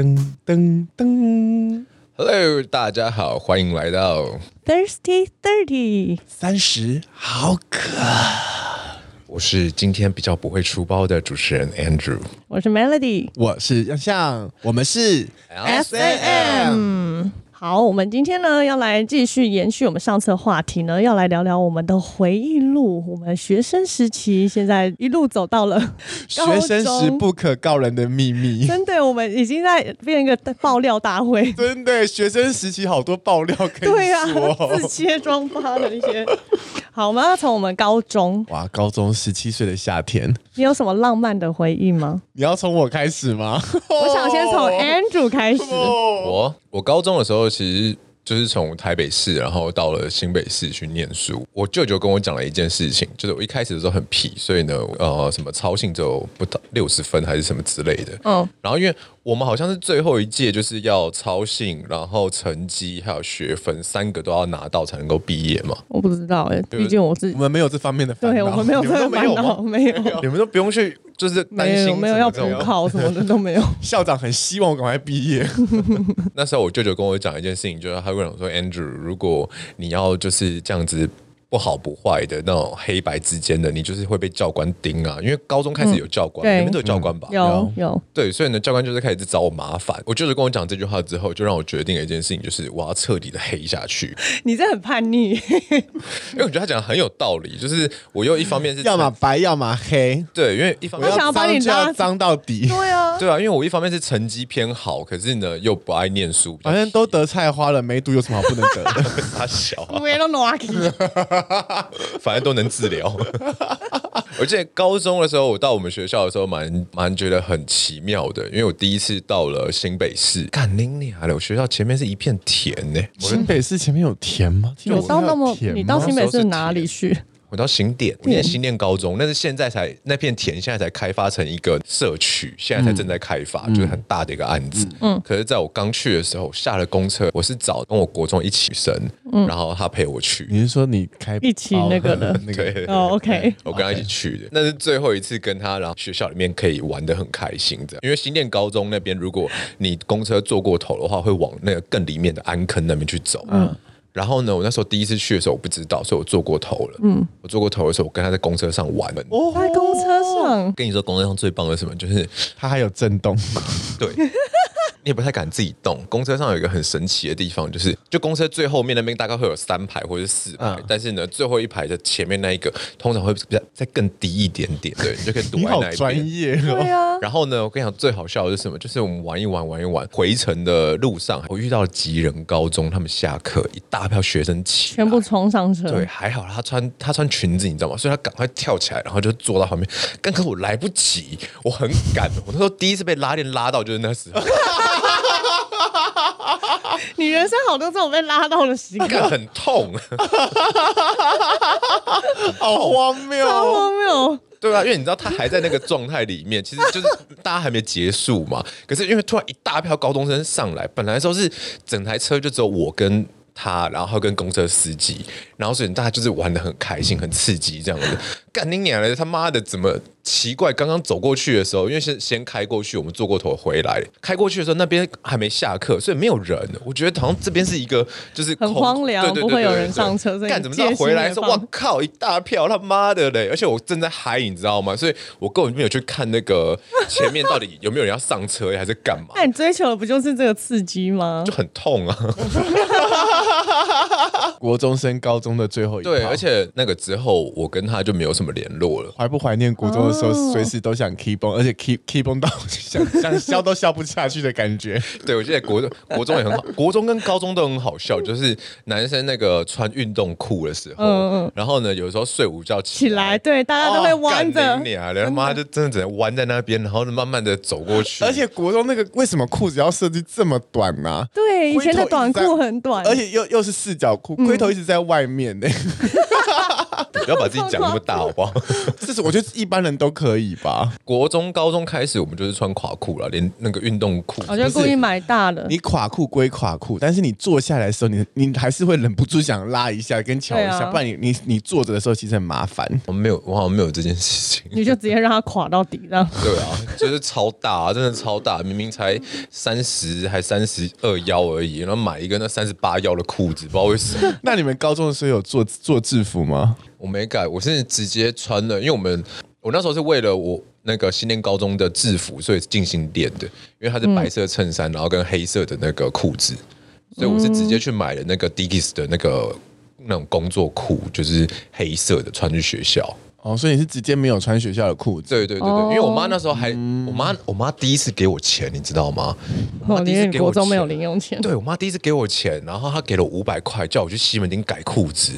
噔噔， Hello，大家好，欢迎来到， Thirsty Thirty，三十好渴。我是今天比较不会出包的主持人 Andrew。我是 Melody。我是杨向，我们是 S&M 好，我们今天呢要来继续延续我们上次的话题呢，要来聊聊我们的回忆录，我们学生时期，现在一路走到了 学生高时中不可告人的秘密。。真的，我们已经在变一个爆料大会 真的，学生时期好多爆料可以对啊，说。自切装发的一些。好，我们要从我们高中，哇，高中十七岁的夏 天，你有什么浪漫的回忆吗？你要从我开始吗？我想先从 Andrew 开始。 哦我我高中的时候其实就是从台北市，然后到了新北市去念书。我舅舅跟我讲了一件事情，就是我一开始的时候很屁，所以呢，呃，什么操性只有不到六十分还是什么之类的。嗯，然后因为我们好像是最后一届，就是要操性，然后成绩还有学分三个都要拿到才能够毕业嘛。我不知道哎、毕竟我自我己，们没有这方面的烦恼，对我们没有你这们个都没烦有恼，吗？没有。你们都不用去， 就是担心没有没有什要么补这种考什么的都 没有。校长很希望我赶快毕 业。那时候我舅舅跟我讲一件事情，就是他跟我说，Andrew，如果你要就是这样子。不好不坏的那种黑白之间的，你就是会被教官盯啊，因为高中开始有教官，嗯对你们都有教官吧？有有，对，所以呢，教官就是开始找我麻烦。我舅舅跟我讲这句话之后，就让我决定了一件事情，就是我要彻底的黑下去，你这很叛逆。因为我觉得他讲的很有道理。就是我又一方面是要么白，要么黑。对，因为一方 我面他想要把脏你就要拉脏到底，对 啊，对啊，因为我一方面是成绩偏好，可是呢又不爱念书，比较反正都得菜花了，梅毒有什么好不能得 的？傻小啊。我也都 lucky。反正都能治疗。 我记得高中的时候，我到我们学校的时候蛮，蛮觉得很奇妙的，因为我第一次到了新北市，干你娘嘞！我学校前面是一片田呢、我新北市前面有田吗？有到那么，田吗你到新北市哪里去？我到新店，我念新店高中，但是现在才那片田现在才开发成一个社区，现在才正在开发，就是很大的一个案子。嗯，可是在我刚去的时候，下了公车，我是找跟我国中一起生，然后他陪我去，你是说你开一起那个的哦那个？对， 哦，OK，我跟他一起去的，那是最后一次跟他，然后学校里面可以玩的很开心的。因为新店高中那边，如果你公车坐过头的话，会往那个更里面的安坑那边去走。嗯。然后呢，我那时候第一次去的时候，我不知道，所以我坐过头了。嗯，我坐过头的时候，我跟他在公车上玩。哦，在公车上。跟你说，公车上最棒的是什么？ 就是它还有震动，对，你也不太敢自己动。公车上有一个很神奇的地方，就是就公车最后面那边大概会有三排或者是四排，嗯但是呢，最后一排的前面那一个通常会比较再更低一点点，对，你就可以躲 你在好那一专边。业对哦。啊，然后呢，我跟你讲，最好笑的是什么？就是我们玩一玩，玩一玩，回程的路上，我遇到了吉人高中，他们下课一大票学生起来，全部冲上车。对，还好他穿他穿裙子，你知道吗？所以他赶快跳起来，然后就坐到旁边。但可我来不及，我很赶，我那时候第一次被拉链拉到就是那时候，你人生好多这种被拉到 的时刻，干很痛。好荒谬好哦！荒谬。对啊，因为你知道他还在那个状态里面，其实就是大家还没结束嘛。可是因为突然一大票高中生上来，本来的时候是整台车就只有我跟他，然后跟公车司机，然后所以大家就是玩的很开心、很刺激这样子。干你娘的，他妈的怎么奇怪？刚刚走过去的时候，因为先先开过去，我们坐过头回来，开过去的时候那边还没下课，所以没有人。我觉得好像这边是一个就是很空荒凉对对对不会有人对对上车所以干你怎么知道戒心回来也说放哇靠一大票他妈的嘞！而且我正在嗨，你知道吗？所以我根本没有去看那个前面到底有没有人要上车还是干嘛，那你追求的不就是这个刺激吗就？很痛啊。国中升高中的最后一对，炮而且那个之后我跟他就没有什么联络了。怀不怀念国中的时候，哦随时都想 keep on，而且 keep keep on 到想 想笑都笑不下去的感觉。对，我记得国中国中也 很好，国中跟高中都很好笑，就是男生那个穿运动裤的时候，嗯嗯然后呢，有时候睡午觉起起来，对，大家都会弯着哦干。你啊，然后妈就真的只能弯在那边，然后慢慢的走过 去， 而且国中那个为什么裤子要设计这么短啊呢、对，以前的龟头一短直在裤很短，嗯欸 而且又又是四角裤，龟头一直在外面呢、但不要把自己讲那么大，好不好？这是我觉得一般人都可以吧。国中、高中开始，我们就是穿垮裤了，连那个运动裤。我哦就故意买大的。你垮裤归垮裤，但是你坐下来的时候，你你还是会忍不住想拉一下跟瞧一对下，啊不然你你你坐着的时候其实很麻烦。我没有，我好像没有这件事情。你就直接让它垮到底，这样对啊，就是超大、啊，真的超大，明明才三十还三十二腰而已，然后买一个那三十八腰的裤子，不知道为什 么那你们高中的时候有做做制服吗？我没改，我是直接穿了，因为我们我那时候是为了我那个新店高中的制服，所以进新店的，因为它是白色衬衫，然后跟黑色的那个裤子，所以我是直接去买了那个 Dickies 的那个那种工作裤，就是黑色的，穿去学校。哦，所以你是直接没有穿学校的裤子，对对对对，哦因为我妈那时候还，我妈我妈第一次给我钱，你知道吗？我哦妈，第你一次连给国我中没有钱零用钱，对我妈第一次给我钱，然后她给了我五百块，叫我去西门町改裤子。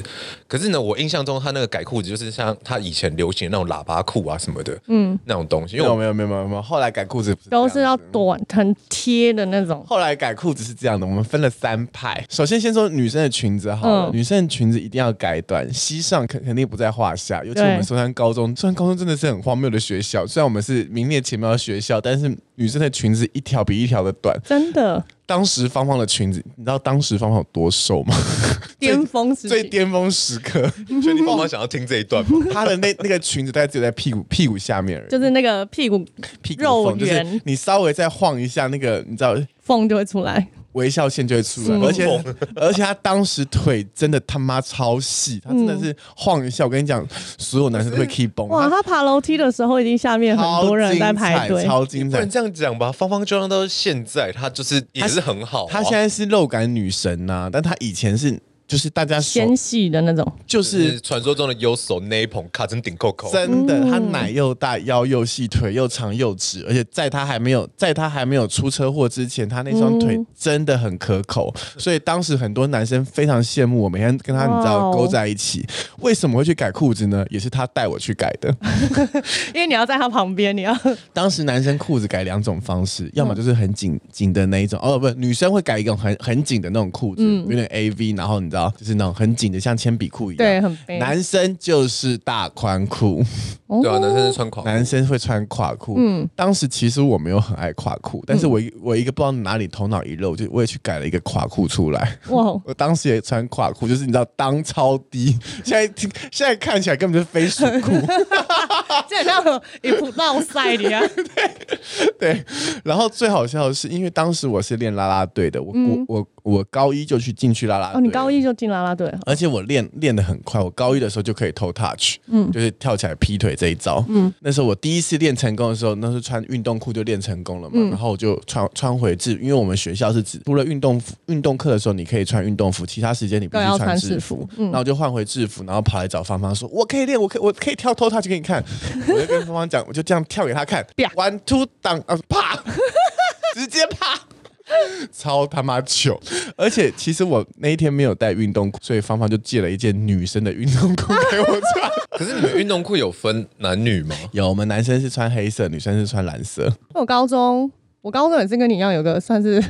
可是呢，我印象中她那个改裤子就是像她以前流行的那种喇叭裤啊什么的，嗯，那种东西。因没为有我没有没有没有没有，后来改裤子不是这样都子是要短很贴的那种。后来改裤子是这样的，我们分了三派。首先先说女生的裙子好了，嗯女生的裙子一定要改短，膝上肯肯定不在话下。尤其我对们松山高中，虽然高中真的是很荒谬的学校，虽然我们是名列前茅的学校，但是女生的裙子一条比一条的短。真的当时芳芳的裙子，你知道当时芳芳有多瘦吗？巅峰时最期，巅峰 时刻，你确定爸妈想要听这一段吗？她的那那个裙子大概只有在屁股屁股下面而已，就是那个屁股屁股肉缝，就圆是你稍微再晃一下，那个你知道缝就会出来。微笑线就会出来，嗯而且 而且他当时腿真的他妈超细，他真的是晃一下，我跟你讲，所有男生都会 keep 崩，嗯哇，他爬楼梯的时候，一定下面超很多人在精彩排队。超精不彩能。这样讲吧，芳芳就让到现在，她就是也是很好、啊。她现在是肉感女神呐、但她以前是就是大家手纤细的那种，就就是是。传说中的右手那一捧卡成顶扣扣。真的，她奶又大，腰又细，腿又长又直，而且在她还没有在她还没有出车祸之前，她那双嗯腿真的很可口，所以当时很多男生非常羡慕我，每天跟她你知道哇哦勾在一起。为什么会去改裤子呢？也是她带我去改的。因为你要在他旁边，你 要当时男生裤子改两种方式，要么就是很紧紧的那一种，哦不，女生会改一种很很紧的那种裤子，嗯有点 A V，然后你知道就是那种很紧的，像铅笔裤一样。对很悲。男生就是大宽裤，哦对啊，男生是穿垮 裤。男生会穿垮裤。嗯，当时其实我没有很爱垮裤，但是嗯我一我一个不知道哪里头脑一漏，就我也去改了一个垮裤出来。 哇，我当时也穿垮裤，就是你知道裆超低， 现在听现在看起来根本就是飞鼠 裤。这很像一部闹赛里 啊，对，然后最好笑的是，因为当时我是练啦啦队的，我、我我我高一就去进去啦啦队、嗯哦，你高。一就进啦啦队了，而且我练练得很快，我高一的时候就可以偷 touch，嗯，就是跳起来劈腿这一招，嗯，那时候我第一次练成功的时候，那时候穿运动裤就练成功了嘛，嗯然后我就穿穿回制，因为我们学校是指除了运动服运动课的时候你可以穿运动服，其他时间你必对要须穿制制服嗯然后我就换回制服，然后跑来找芳芳说，我可以练，我可以我可以跳偷 touch 给你看，我就跟芳芳讲，我就这样跳给她看啪，one two 当啊啪， 直接啪。超他妈糗！而且其实我那一天没有带运动裤，所以芳芳就借了一件女生的运动裤给我穿。可是你们运动裤有分男女吗？有，我们男生是穿黑色，女生是穿蓝色。我高中，我高中也是跟你一样，有个算是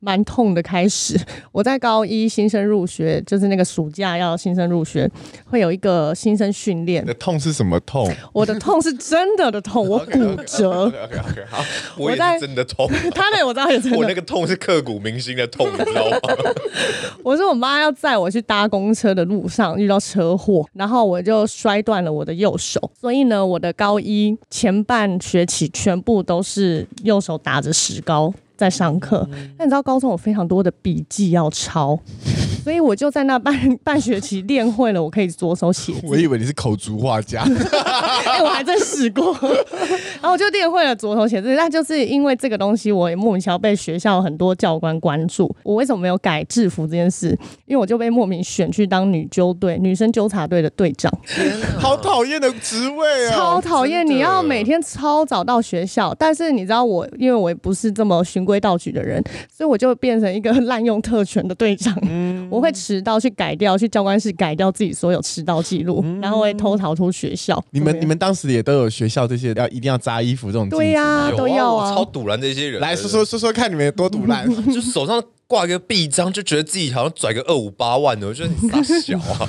蛮痛的开始。 我在高一新生入学，就是那个暑假要新生入学，会有一个新生训练你的。痛是什么痛？我的痛是真的 的痛，我骨折。 OK OK，好，我我也在是真的痛。他那个我知道也 真我那的，个痛是刻骨铭心的 痛，你知道吗？我是我妈要载我去搭公车的路上遇到车祸，然后我就摔断了我的右手，所以呢，我的高一前半学期全部都是右手打着石膏在上课。嗯那你知道高中有非常多的笔记要抄，所以我就在那半 半学期练会了，我可以左手写字。我以为你是口足画家，哎、我还真试过， 然后我就练会了左手写字，但就是因为这个东西，我也莫名其妙被学校很多教官关注。我为什么没有改制服这件事？因为我就被莫名选去当女纠队、女生纠察队的队长， 好讨厌的职位超哦！讨厌！真的你要每天超早到学校，但是你知道我，因为我也不是这么循规蹈矩的人，所以我就变成一个 滥用特权的队长。我会迟到去改掉，去教官室改掉自己所有迟到记录，然后会偷逃出学校。你对们你们当时也都有学校这些要一定要扎衣服这种禁止对呀、有都要我啊超。堵拦这些人。来说说说说看你们有多毒烂。就是手上挂一个臂章，就觉得自己好像拽个二五八万的，我觉得你傻小 啊！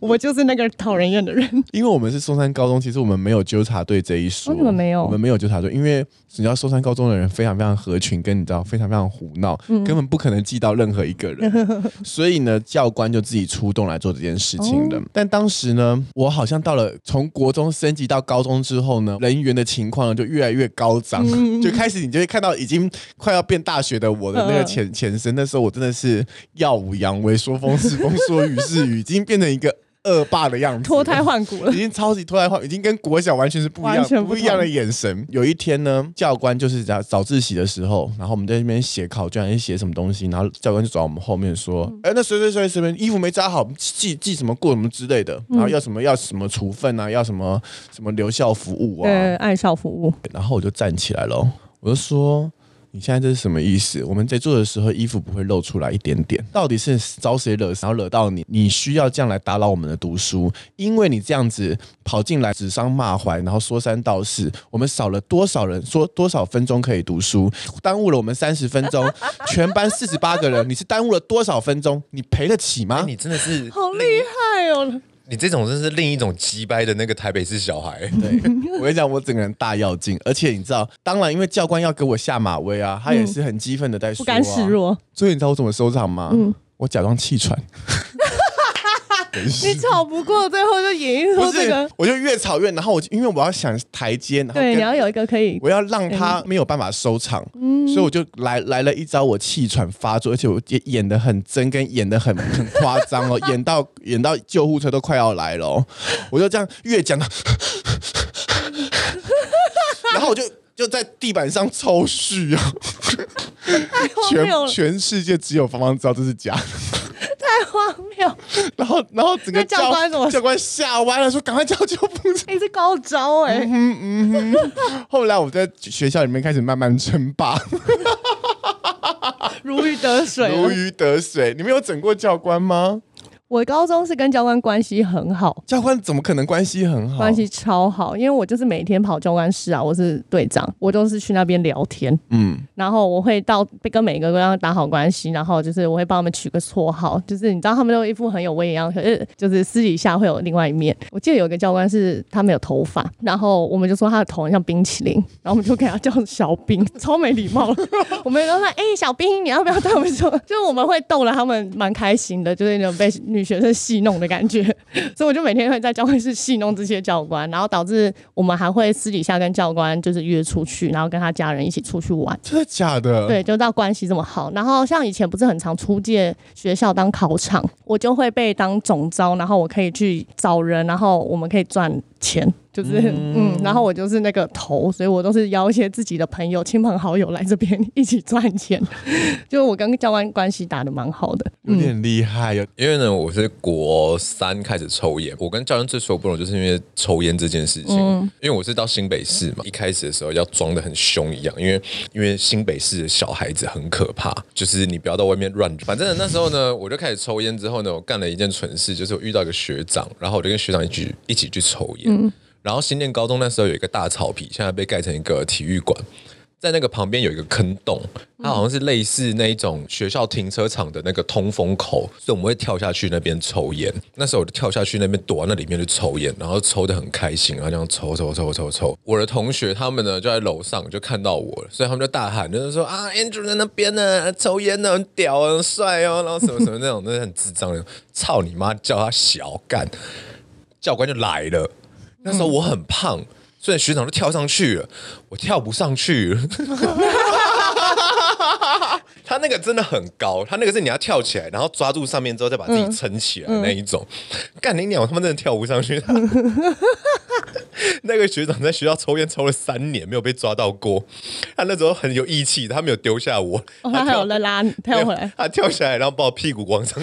我就是那个讨人厌的人。 因为我们是松山高中，其实我们没有纠察队这一说。哦你们没有我们没有纠察队，因为你知道松山高中的人非常非常合群，跟你知道非常非常胡闹，嗯根本不可能记到任何一 个人。所以呢，教官就自己出动来做这件事情哦的。但当时呢，我好像到了从国中升级到高中之后呢，人员的情况呢就越来越高涨，嗯 就开始你就会看到已经快要变大学的我的那个嗯前前身。那时候我真的是耀武扬威，说风是风，说雨是雨，已经变成一个恶霸的样子了，脱胎换骨了已，经超级脱胎换，已经跟国小完全是不一样完全不同不一样的眼神。有一天呢，教官就是在早自习的时候，然后我们在那边写考卷还是写什么东西，然后教官就走到我们后面说：“哎、那谁谁谁谁谁衣服没扎好，记记什么过什么之类的，然后要什么要什么处分啊，要什么什么留校服务啊。对，爱少服务，然后我就站起来了，我就说。你现在这是什么意思？我们在做的时候，衣服不会露出来一点点，到底是招谁惹谁，然后惹到你？你需要这样来打扰我们的读书，因为你这样子跑进来指桑骂槐，然后说三道四，我们少了多少人，说多少分钟可以读书，耽误了我们三十分钟，全班四十八个人，你是耽误了多少分钟？你赔得起吗？哎哎你真的是好厉害哦！你这种真是另一种鸡掰的那个台北市小孩。对， 我跟你讲，我整个人大要劲，而且你知道，当然因为教官要给我下马威啊，他也是很激愤的在说、嗯不啊甘示弱，所以你知道我怎么收场吗？嗯我假装 气喘，你吵不过，最后就演绎啊不出是这个。，我就越吵越，然后我就因为我要想台阶，然后对，跟你要嗯有一个可以我要让他没有办法收场，所以我就来来了一招，我气喘发作，而且我也演的很真，跟演的很很夸 张哦，演到演到救护车都快要来了哦、我就这样越讲到， 然后我就就在地板上抽搐啊，太荒全谬了，全世界只有芳芳知道这是假的，太荒谬！然后然后整个那教官怎么教官吓歪了，说赶快叫救护车。哎，这高招哎，嗯 后来我在学校里面开始慢慢称霸。如鱼得水了。如鱼得水。你们有整过教官吗？我高中是跟教官关系很好，教官怎么可能关系很好？关系超好，因为我就是每天跑教官室啊，我是队长，我都是去那边聊天，嗯，然后我会到跟每一个都要打好关系，然后就是我会帮他们取个绰号，就是你知道他们都一副很有威严样，可是就是私底下会有另外一面。我记得有一个教官是他没有头发，然后我们就说他的头很像冰淇淋，然后我们就给他叫小冰， 超没礼貌的。 我们都说哎、小冰，你要不要带我们说？ 就是我们会逗了他们蛮开心的，就是那种被女学生戏弄的感觉。 所以我就每天会在教会室戏弄这些教官，然后导致我们还会私底下跟教官就是约出去，然后跟他家人一起出去玩。真的假的？，对，就到关系这么好。然后像以前不是很常出借学校当考场，我就会被当总招，然后我可以去找人，然后我们可以赚钱，就是嗯然后我就是那个头，所以我都是邀一些自己的朋友、亲朋好友来这边一起赚钱。就我跟教官关系打得蛮好的，有点厉害。啊有因为呢，我是国三开始抽烟，我跟教练最熟不拢，就是因为抽烟这件事情。因为我是到新北市嘛，一开始的时候要装的很凶一样，因为因为新北市的小孩子很可怕，就是你不要到外面乱。反正那时候呢，我就开始抽烟之后呢，我干了一件蠢事，就是我遇到一个学长，然后我就跟学长一起一起去抽烟。然后新店高中那时候有一个大草皮，现在被盖成一个体育馆。在那个旁边有一个坑洞，它好像是类似那一种学校停车场的那个通风口，所以我们会跳下去那边抽烟。那时候我就跳下去那边躲在那里面去抽烟，然后抽的很开心，然后这样抽抽抽抽抽。我的同学他们呢就在楼上就看到我了，所以他们就大喊，就是说啊，Andrew 在那边呢，抽烟呢，很屌啊，很帅哦，然后什么什么那种，那很智障的，操你妈，叫他小干。教官就来了。那时候我很胖，所以学长就跳上去了，我跳不上去。 他那个真的很高，他那个是你要跳起来，然后抓住上面之后再把自己撑起来那嗯一种。干你鸟，他们真的跳不上去。 那个学长在学校抽烟抽了三年，没有被抓到过。他那时候很有义气，他没有丢下我，哦，他还有在拉你，他没要有回来。他跳下来，然后把我屁股往上。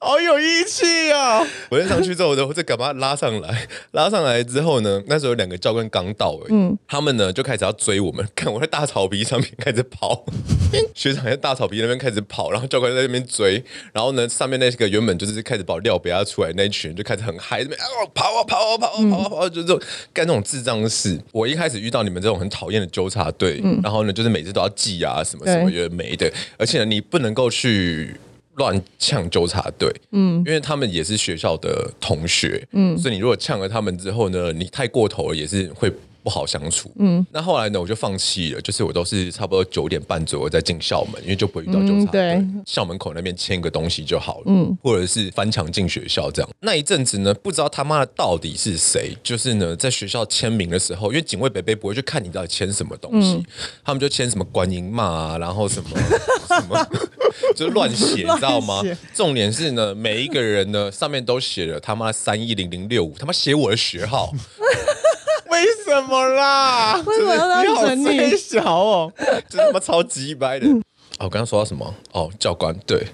好有义气啊！ 我就上去之后，我就再赶快拉上来， 拉上来之后呢，那时候有两个教官刚到而已，他们呢就开始要追我们， 看我在大草皮上面开始跑， 学长在大草皮那边开始跑，然后教官在那边追，然后呢上面那个原本就是开始把我撂不要出来那一群人就开始很嗨，这边啊跑啊跑啊跑啊跑啊跑啊，就这种干这种智障的事。我一开始遇到你们这种很讨厌的纠察队，然后呢就是每次都要记啊什么什么对有的没的，而且呢你不能够去。乱呛纠察队，嗯，因为他们也是学校的同学，嗯，所以你如果呛了他们之后呢，你太过头了也是会不好相处，嗯。那后来呢，我就放弃了，就是我都是差不多九点半左右再进校门，因为就不会遇到纠察队，嗯校门口那边签个东西就好了，嗯，或者是翻墙进学校这样。那一阵子呢，不知道他妈的到底是谁，就是呢，在学校签名的时候，因为警卫北北不会去看你到底签什么东西，他们就签什么观音骂啊，然后什 么什么。就是乱写，你知道吗乱写？重点是呢，每一个人呢上面都写了他妈三一零零六五，他妈写我的学号，为什么啦？ 为什么要这你样好整你衰？小哦，这他妈超级掰的。哦，我刚刚说到什么？哦，教官，对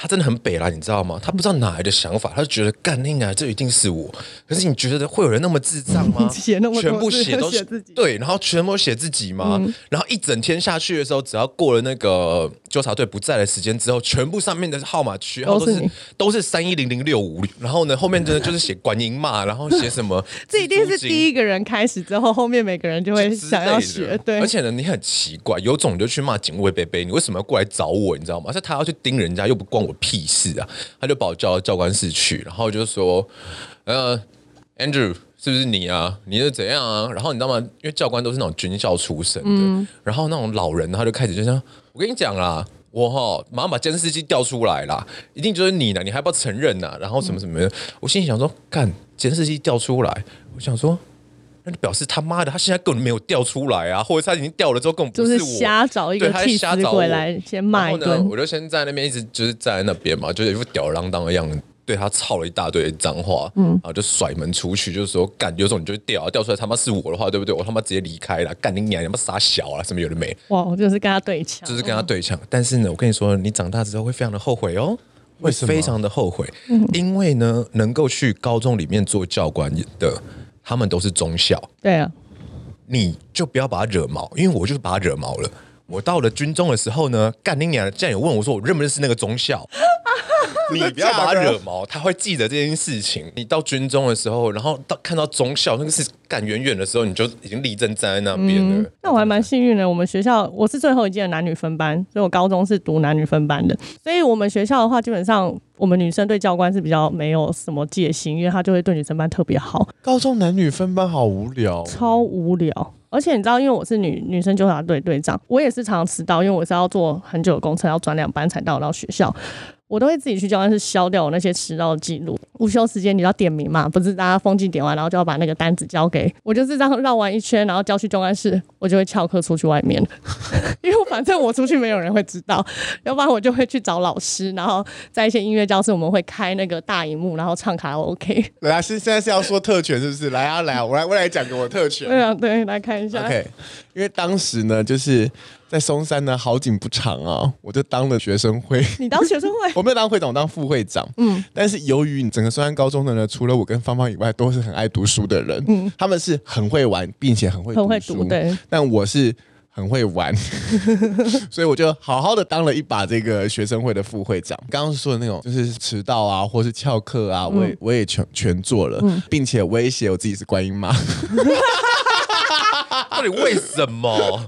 他真的很北啦，你知道吗？他不知道哪来的想法，他就觉得干你啊，这一定是我。可是你觉得会有人那么智障吗？ 写那么多全部字写都都写自己嗯对，然后全部写自己吗？然后一整天下去的时候，只要过了那个纠察队不在的时间之后，全部上面的号码区号都都是是你都是三一零零六五，然后呢后面真的就是写观音骂，然后写什么 这一定是第一。一个人开始之后，后面每个人就会想要之类学的。对，而且呢，你很奇怪，有种你就去骂警卫贝贝，你为什么要过来找我？你知道吗？是他要去盯人家，又不关我屁事啊！他就把我叫到教官室去，然后就说：“呃，Andrew。”是不是你啊？你是怎样啊？然后你知道吗？因为教官都是那种军校出身的，然后那种老人他就开始就像我跟你讲啦，我哈马上把监视器调出来啦，一定就是你呢，你还不要承认呐？然后什么什么的，我心里想说，干监视器调出来，我想说那就表示他妈的，他现在根本没有调出来啊，或者是他已经调了之后根本就不是我，瞎找一个对他替瞎死找我鬼来先骂然一后呢，顿，我就先在那边一直就是站在那边嘛，就是一副吊儿郎当的样子，对他操了一大堆的脏话，嗯，然后就甩门出去，就是说干，有种你就掉啊，掉出来他妈是我的话，对不对？我他妈直接离开了，干你娘，你他妈傻小啊，什么有的没，哇，我就是跟他对枪，就是跟他对呛。但是呢，我跟你说，你长大之后会非常的后悔哦。为什么会非常的后悔，嗯因为呢，能够去高中里面做教官的，他们都是中校，对啊，你就不要把他惹毛，因为我就是把他惹毛了。我到了军中的时候呢，干你娘！竟然有问我说我认不认识那个中校， 你不要把他惹毛，他会记得这件事情。你到军中的时候，然后到看到中校那个是干远远的时候，你就已经立正站在那边了。那我还蛮幸运的，我们学校我是最后一届的男女分班，所以我高中是读男女分班的，所以我们学校的话，基本上我们女生对教官是比较没有什么戒心，因为他就会对女生班特别好，高中男女分班好无 聊。超无聊。而且你知道，因为我是女女生纠察队队长，我也是常常迟到，因为我是要坐很久的公车，要转两班才到到学校。我都会自己去教官室消掉我那些迟到的记录。午休时间你要点名嘛，不是大家风纪点完，然后就要把那个单子交给我，就是这样绕完一圈，然后交去教官室，我就会翘课出去外面， 因为反正我出去没有人会知道，要不然我就会去找老师，然后在一些音乐教室我们会开那个大荧幕，然后唱卡拉 OK。来啊，现现在是要说特权是不是？来啊，来啊，我来，我来讲给我 特权。对啊，对，来看 一下。 OK，因为当时呢，就是在松山呢，好景不长啊，我就当了学生会，你当学生会我没有当会长，我当副会长。嗯，但是由于整个松山高中的呢，除了我跟芳芳以外，都是很爱读书的人。嗯，他们是很会玩，并且很会很会书读，对。但我是。很 会玩，所以我就好好的当了一把这个学生会的副会长。刚刚说的那种，就是迟到啊，或是翘课啊，嗯我也、我也全全做了，并且威胁我自己是观音妈。到底为什么？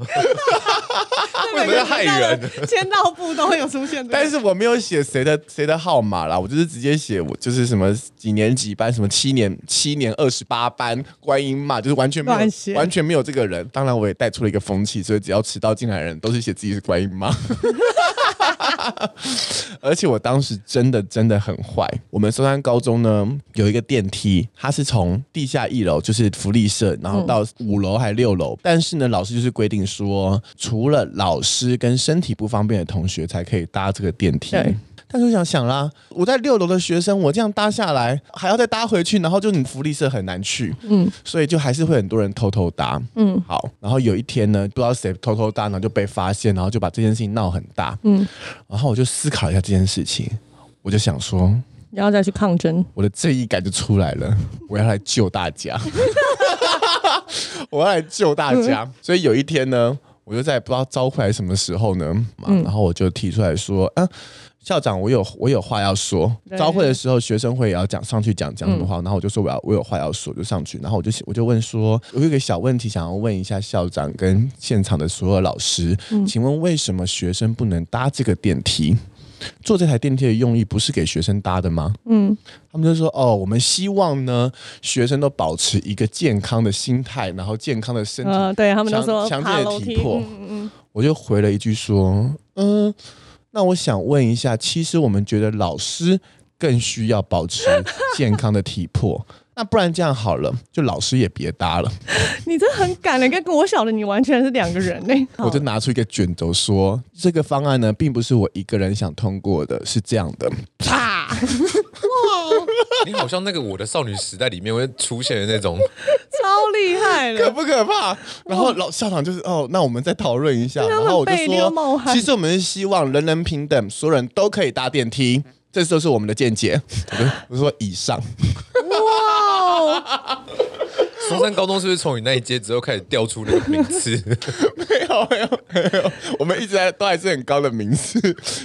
为什么要害人？签到簿都会有出现的。但是我没有写谁的谁的号码啦，我就是直接写我就是什么几年几班，什么七年七年二十八班观音嘛，就是完全没乱写有完全没有这个人。当然我也带出了一个风气，所以只要迟到进来的人都是写自己是观音妈。 而且我当时真的真的很坏。我们松山高中呢有一个电梯，它是从地下一楼，就是福利社，然后到五楼还六楼。但是呢，老师就是规定说，除了老师跟身体不方便的同学才可以搭这个电梯对。但是我想想啦，我在六楼的学生，我这样搭下来，还要再搭回去，然后就你福利社很难去，嗯，所以就还是会很多人偷偷搭，嗯，好，然后有一天呢，不知道谁偷偷搭，然后就被发现，然后就把这件事情闹很大，嗯，然后我就思考一下这件事情，我就想说，然后再去抗争。我的正义感就出来了，我要来救大家， 我要来救大家。所以有一天呢，我就在不知道招回来什么时候呢，嘛然后我就提出来说，啊。校长，我有我有话要说。对招会的时候，学生会也要讲上去讲讲什么话，然后我就说我要我有话要说，就上去。然后我就我就问说，我有一个小问题想要问一下校长跟现场的所有老师，请问为什么学生不能搭这个电梯？坐这台电梯的用意不是给学生搭的吗？嗯他们就说：“哦，我们希望呢，学生都保持一个健康的心态，然后健康的身体。呃，对他们都强说强爬烈楼体梯，魄嗯嗯嗯，我就回了一句说：“嗯，那我想问一下，其实我们觉得老师更需要保持健康的体魄， 那不然这样好了，就老师也别搭了。你这很敢的，跟国小的你完全是两个人欸嘞、我就拿出一个卷轴说：“这个方案呢，并不是我一个人想通过的，是这样的。”啪，你好像那个我的少女时代里面会出现的那种，超厉害可的，不可怕？然后老校长就是哦，那我们再讨论一下。对啊然后我就很被溜冒说，汗其实我们是希望人人平等，所有人都可以搭电梯，这就是我们的见解。 我就我就说以上，哇，松山高中是不是从你那一届之后开始调出那个名次？没有没有没有，我们一直在都还是很高的名次，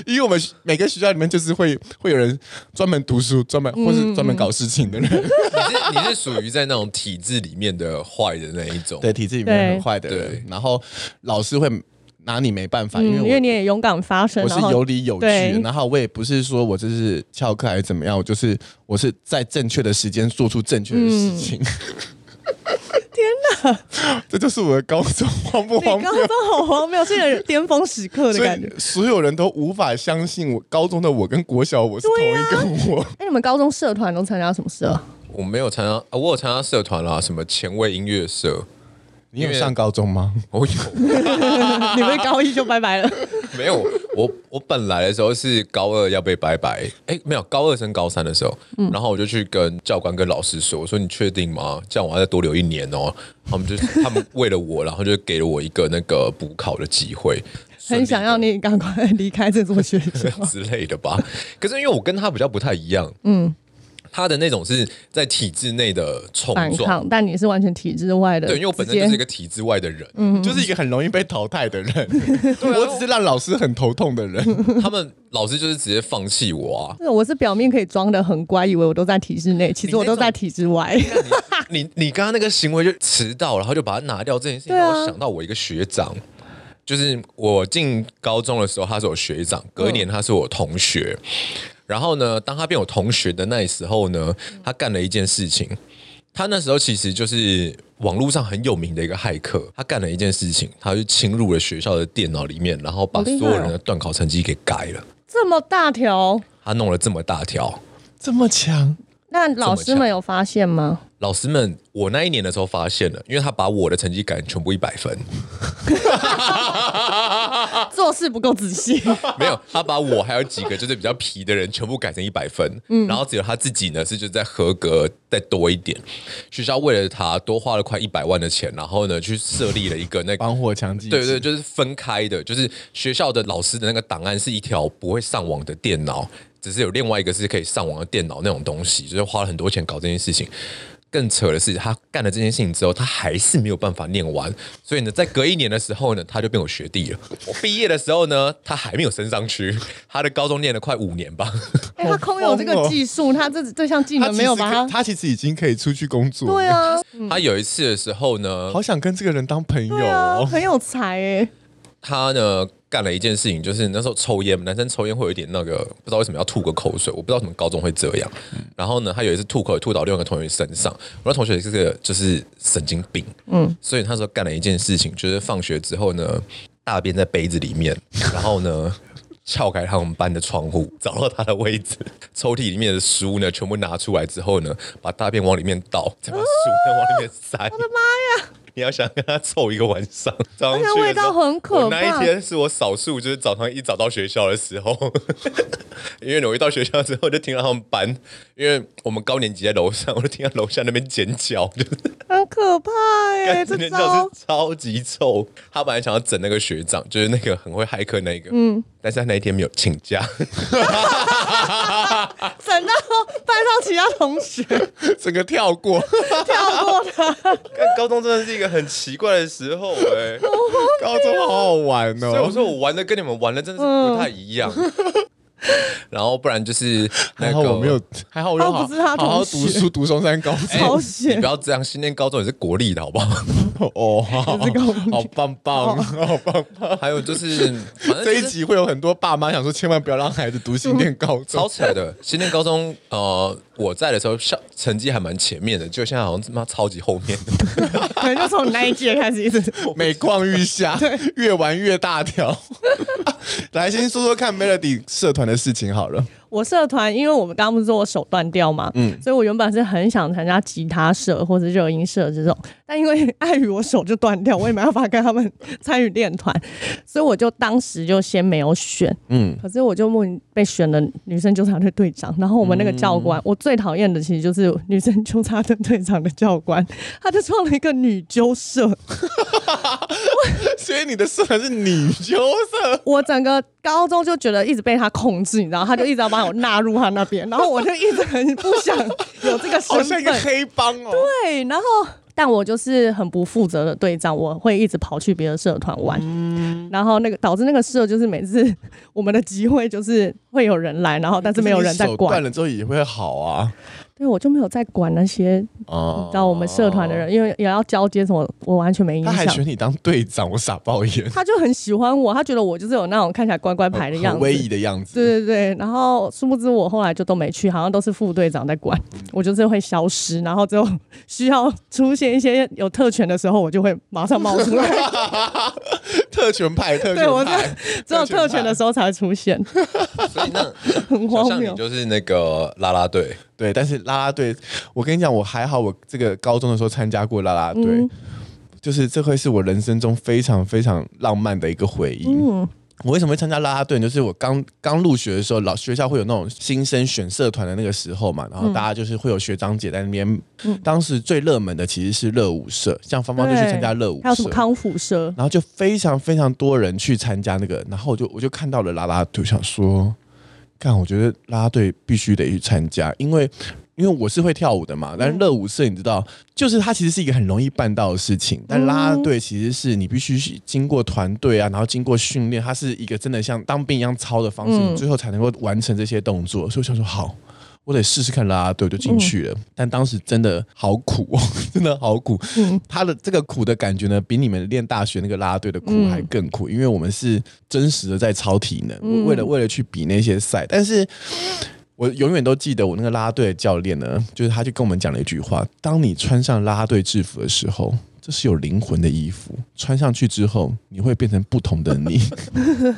因为我们每个学校里面就是会会有人专门读书，专门或是专门搞事情的人，你是你是属于在那种体制里面的坏的那一种，对体制里面很坏的对人，然后老师会拿你没办法，因为嗯，我因为你也勇敢发声，我是然后有理有据对的，然后我也不是说我这是翘课还是怎么样，我就是我是在正确的时间做出正确的事情。嗯 天哪，这就是我的高中荒不你高荒谬？中好荒谬，是有巅峰时刻的所感觉以。所有人都无法相信我高中的我跟国小我是同一个我。哎、你们高中社团都参加什么啊社？我没有参加，啊我有参加社团啦，什么前卫音乐社， 你有上高中吗？我有 你们高一就拜拜 了，没有？我我本来的时候是高二要被拜拜，哎，没有，高二升高三的时候，嗯然后我就去跟教官跟老师说，我说你确定吗？这样我要再多留一年哦。他们就他们为了我，然后就给了我一个那个补考的机会，顺利很想要你赶快离开这座 学校。 之类的吧。可是因为我跟他比较不太一样，嗯，他的那种是在体制内的冲反撞。抗，但你是完全体制外的，对，因为我本身就是一个体制外的人，嗯就是一个很容易被淘汰的 人，啊我只是让老师很头痛的人。他们老师就是直接放弃我 啊。对，我是表面可以装的很乖，以为我都在体制内，其实我都在体制外。你你刚刚那个行为就迟到，然后就把它拿掉这件事情，对啊让我想到我一个学长，就是我进高中的时候他是我学长，隔一年他是我同学。然后呢，当他变我同学的那时候呢，他干了一件事情。他那时候其实就是网络上很有名的一个骇客，他干了一件事情，他就侵入了学校的电脑里面，然后把好所厉害哦有人的段考成绩给改了。这么大条，他弄了这么大条，这么强，那老师们有发现吗？老师们，我那一年的时候发现了，因为他把我的成绩改成全部一百分，做事不够仔 细，没有，他把我还有几个就是比较皮的人全部改成一百分，然后只有他自己呢是就在合格再多一点。学校为了他多花了快一百万的钱，然后呢去设立了一个那个。防火墙技。对对，，就是分开的，就是学校的老师的那个档案是一条不会上网的电脑，只是有另外一个是可以上网的电脑那种东西，就是花了很多钱搞这件事情。更扯的是，他干了这件事情之后，他还是没有办法念完，所以呢，在隔一年的时候呢，他就变我学弟了。我毕业的时候呢，他还没有升上去，他的高中念了快五年吧。哎、他空有这个技术，他这这项技能没有把他其实它可以，他其实已经可以出去工作。对，啊，他有一次的时候呢，好想跟这个人当朋友对啊，哦。很有才哎、他呢干了一件事情，就是那时候抽烟，男生抽烟会有一点那个，不知道为什么要吐个口水，我不知道为什么高中会这样。然后呢，他有一次吐口水吐到另外一个同学身上，我那同学是个就是神经病，嗯，所以他说干了一件事情，就是放学之后呢，大便在杯子里面，然后呢。 撬开他们班的窗户，找到他的位置，抽屉里面的书呢，全部拿出来之后呢，把大便往里面倒，再把书再往里面塞。我的妈呀！你要想跟他凑一个晚上， 早上去的时候那味道很可怕我那一天是我少数，就是早上一早到学校的时候， 因为我一到学校之后就听到他们班，因为我们高年级在楼上，我就听到楼下那边尖叫， 就是很可怕哎、干这今天教招室超级臭。他本来想要整那个学长，就是那个很会 骇客那一个，嗯，但是他那一天没有请假，整到 后班上其他同学整个跳过， 跳过 他，看高中真的是一个很奇怪的时候哎、 高中好好玩哦。啊所以我说我玩的跟你们玩的真的是不太一 样。然后不然就是那还个好我没有，还好我有他哦不好知道他同好好学读书， 读中山高中。超你险不。要这样，新念高中也是国立的好不好？ 哦，好这个我们好棒哦棒，好棒棒！还有就是，反正就是 这一集会有很多爸妈想说，千万不要让孩子读新店高超中。扯的。新店高中，呃，我在的时候，校成绩还蛮前面的，就现在好像他妈超级后面。 可能就从你那一届开始 一直。 每况 愈下，越玩越大条。 啊来，先说说看 Melody 社团的事情好 了。我社团，因为我们刚刚不是说我手断掉嘛，所以我原本是很想参加吉他社或者热音社这种，但因为碍于我手就断掉，我也没办法跟他们参与练团， 所以我就当时就先没有选。嗯，可是我就莫名被选了女生纠察队队长，然后我们那个教官，我最讨厌的其实就是女生纠察队队长的教官，他就创了一个女纠社，所以你的社团是女纠社，我整个高中就觉得一直被他控制，你知道，他就一直要把我纳入他那边，然后我就一直很不想有这个好身像份一个，黑帮哦。对，啊然后。但我就是很不负责的队长，我会一直跑去别的社团玩，嗯然后那个导致那个社就是每次我们的集会就是会有人来，然后但是没有人在可是你手管断，了之后也会好啊。对我就没有在管那些哦你知道我们社团的人，因为也要交接什么，我完全没嗯影他还响选。你当队长，我傻爆眼，他就很喜欢我，他觉得我就是有那种看起来乖乖牌的样很子，威仪的样子。对对对，然后殊不知我后来就都没去，好像都是副队长在管，嗯 我就是会消失，然后就需要出现一些有特权的时候，我就会马上冒出来。 特权派，特对我权这派，只有特权的时候才会出现，所以那 很好荒像你谬。就是那个啦啦队，对。但是啦啦队，我跟你讲，我还好，我这个高中的时候参加过啦啦队，嗯就是这会是我人生中非常非常浪漫的一个回忆。嗯我为什么会参加啦啦队呢？就是我刚刚入学的时候，老学校会有那种新生选社团的那个时候嘛，嗯然后大家就是会有学长姐在那边。当时最热门的其实是热舞社，像芳芳就去参加热舞社，还有什么康复社？然后就非常非常多人去参加那个，然后我就我就看到了啦啦队，想说，干，我觉得啦啦队必须得去参加，因为因为我是会跳舞的嘛，但是热舞社你知道，就是它其实是一个很容易办到的事情，但啦啦队其实是你必须是经过团队啊，然后经过训练，它是一个真的像当兵一样操的方式，你最后才能够完成这些动作，所以我想说好。我得试试看啦啦队，我就进去了。但当时真的好苦哦， 真的好苦。他的这个苦的感觉呢，比你们练大学那个啦啦队的苦还更苦，因为我们是真实的在超体能，为了为了去比那些赛。但是我永远都记得我那个啦啦队的教练呢， 就是他就跟我们讲了一句话：当你穿上啦啦队制服的时候。这是有灵魂的衣服，穿上去之后，你会变成不同的你。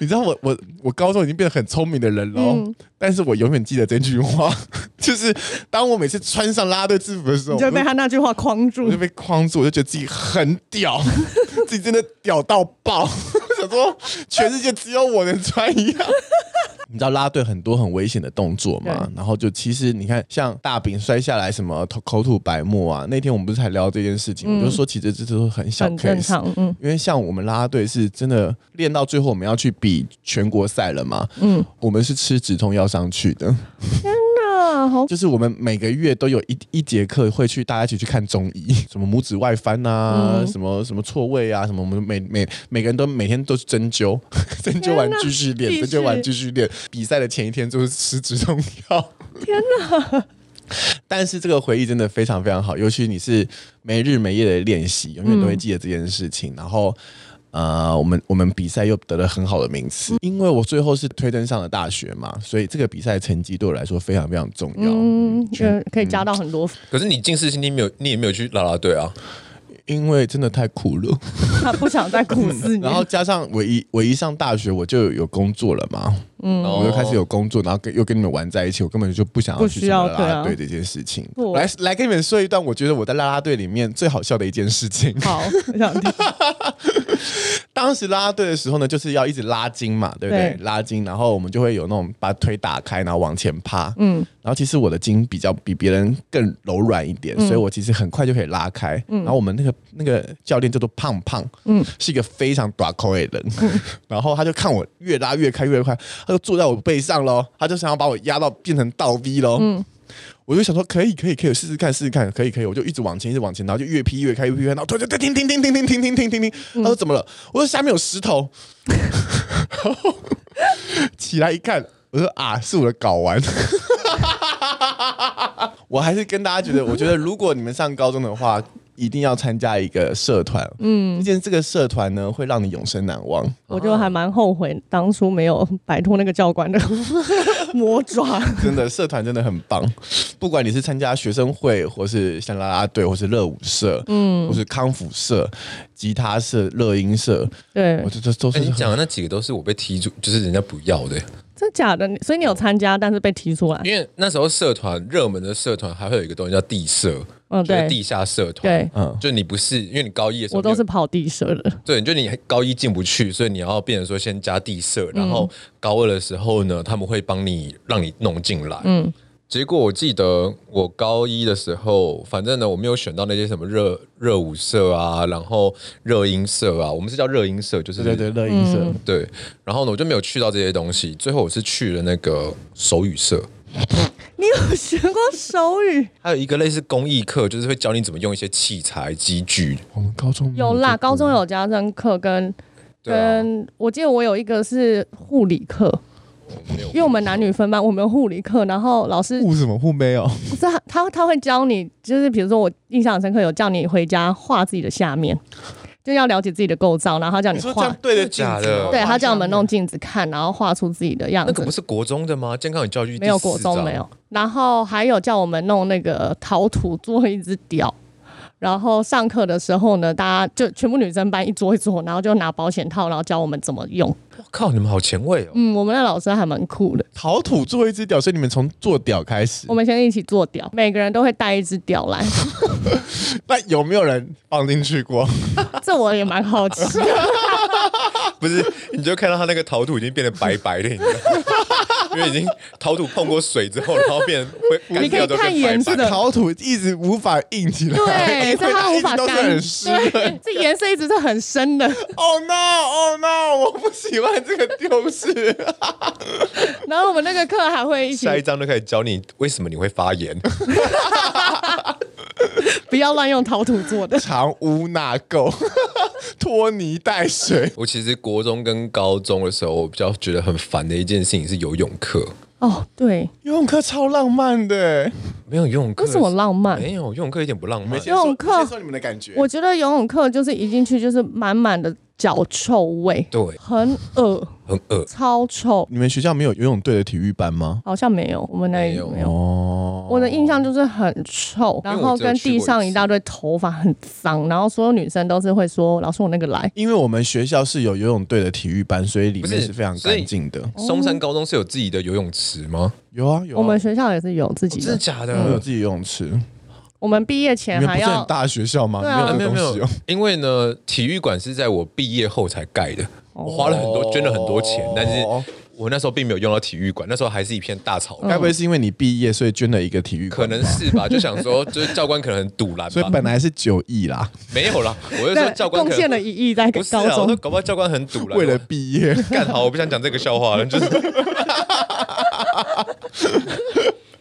你知道我我我高中已经变得很聪明的人了哦，嗯但是我永远记得这句话， 就是当我每次穿上啦啦队制服的时候，你就被他那句话框我住就，被框住，我就觉得自己很 屌，自己真的屌到爆， 想说全世界只有我能穿一样。你知道拉队很多很危险的动作嘛？然后就其实你看，像大饼摔下来什么口口吐白沫啊，那天我们不是才聊这件事情，我就说其实这都是很小嗯很正 case，常。嗯，因为像我们啦啦队是真的练到最后我们要去比全国赛了嘛，嗯，我们是吃止痛药上去的，那好，就是我们每个月都有一一节课会去大家一起去看中医， 什么拇指外翻啊，嗯什么什么错位啊，什么我们每每每个人都每天都是针灸， 针灸完继续练，继续针灸完继续练，比赛的前一天就是吃止痛药。天哪！但是这个回忆真的非常非常好，尤其你是没日没夜的练习，永远都会嗯记得这件事情。然后，呃，我们我们比赛又得了很好的名次，嗯因为我最后是推登上了大学嘛，所以这个比赛成绩对我来说非常非常重要。嗯，就可以加到很多分，可是你进世新你没有，你也没有去啦啦队啊。因为真的太苦 了，他不想再苦死你。 然后加上我一我一上大学我就有工作了嘛，嗯，我就开始有工作，然后跟又跟你们玩在一起，我根本就不想要不需去什么要啦对啦啊队这件事情。不来来跟你们说一 段我觉得我在啦啦队里面最好笑的一件事情。好，我想听。当时拉拉队的时候呢，就是要一直拉筋嘛，对不对？对拉筋，然后我们就会有那种把腿打开，然后往前趴。嗯，然后其实我的筋比较比别人更柔软一点，所以我其实很快就可以拉开。然后我们那个那个教练叫做胖胖，嗯，是一个非常短口的人， 然后他就看我越拉越开越快，他就坐在我背上喽，他就想要把我压到变成倒 V 喽。嗯。我就想说可以可以可以试试看试试看可以可以，我就一直往前一直往前，然后就越劈越开越劈越开，然后突然就停停停停停停停停停停，他说怎么了？我说下面有石头，然后起来一看，我说啊是我的睾丸。我还是跟大家觉得，我觉得如果你们上高中的话，一定要参加一个社团，嗯，这件这个社团呢会让你永生难忘。我就还蛮后悔当初没有摆脱那个教 官的魔爪。真的，社团真的很棒。不管你是参加学生会，或是像啦啦队，或是热舞社，嗯，或是康复社、吉他社、乐音社，对我，觉得都是哎，你很讲的那几个都是我被踢出，就是人家不要的。真假的？你所以你有参加，但是被踢出来。因为那时候社团热门的社团还会有一个东西叫地社，嗯就是对地下社团。对，嗯就你不是，因为你高一的时候我你有，都是跑地社的。对，就你高一进不去，所以你要变成说先加地社，然后嗯高二的时候呢，他们会帮你让你弄进来。嗯，结果我记得我高一的时候，反正呢我没有选到那些什么热热舞社啊，然后热音社啊，我们是叫热音社，就是对对对，乐音社。嗯对然后呢我就没有去到这些东西，最后我是去了那个手语社。 你有学过手语？还有一个类似公益课，就是会教你怎么用一些器材、机具。我们高中没有啦，这个高中有家政课跟嗯对啊，跟，我记得我有一个是护理课，没有因为我们男女分班，我们有护理课，然后老师互什么互没有？不是他他他会教你，就是比如说我印象很深刻，有叫你回家画自己的下面，就要了解自己的构造，然后他叫你你说这画样，对着真的假镜子的吗对他叫我们弄镜子看，然后画出自己的样那个不子。是国中的吗？健康与教育第没有四国中章没有，然后还有叫我们弄那个陶土做一只雕。然后上课的时候呢，大家就全部女生班一桌一桌，然后就拿保险套，然后教我们怎么用。我靠，你们好前卫哦！ 嗯，我们的老师还蛮酷的。陶土做一只屌，所以你们从做屌开始我。们先一起做屌，每个人都会带一只屌 来，那有没有人放进去过？这我也蛮好奇的。不是，你就看到他那个陶土已经变得白白的，你知道吗？因为已经陶土碰过水之后，然后变会干 你可以掉都变看颜色白白的。陶土一直无法硬起来，对， 因所以为它它一无直法都是干，很湿润。对，这颜色一直是很 深的。 Oh no! Oh no! 我不喜欢这个丢失。，然后我们那个课还会一起下一章就开始教你为什么你会发炎。不要乱用陶土做的藏污纳垢， 拖泥带水。我其实国中跟高中的时候，我比较觉得很烦的一件事情是游泳课，哦，对， 游泳课超浪漫的，没有游泳课为什么浪漫？啊没有游泳课一点不浪漫。游泳课先说你们的感觉。我觉得游泳课就是一进去就是满满的脚臭味，对，很恶，很恶。超臭，你们学校没有游泳队的体育班吗？好像没有，我们那没里有哦没有。哦，我的印象就是很臭，因为然我后只有跟去地过一上一次大堆头发很脏，然后所有女生都是会说：“老师，我那个来。因为我们学校是有游泳队的体育班，所以里不面是是非常所以干净的。哦松山高中是有自己的游泳池吗？有啊有啊，我们学校也是有自己真的的，嗯假我们有的？自己游泳池。我们毕业你前们还不是很要大的学校吗？对啊没没有有没这东西有哦。，因为呢，体育馆是在我毕业后才盖的，我花了很多，捐了很多钱哦，但是我那时候并没有用到体育馆，那时候还是一片大草原，该不会是因为你毕业所以捐了一个体育可馆？能是 吧？就想说，就是教官可能很堵拦所以吧本，来是九亿啦，没有啦，我就说对教官贡可献能了一亿在不高是啊，我说中，搞不好教官很堵拦，为了毕业。我干好，我不想讲这个笑话 了，就是。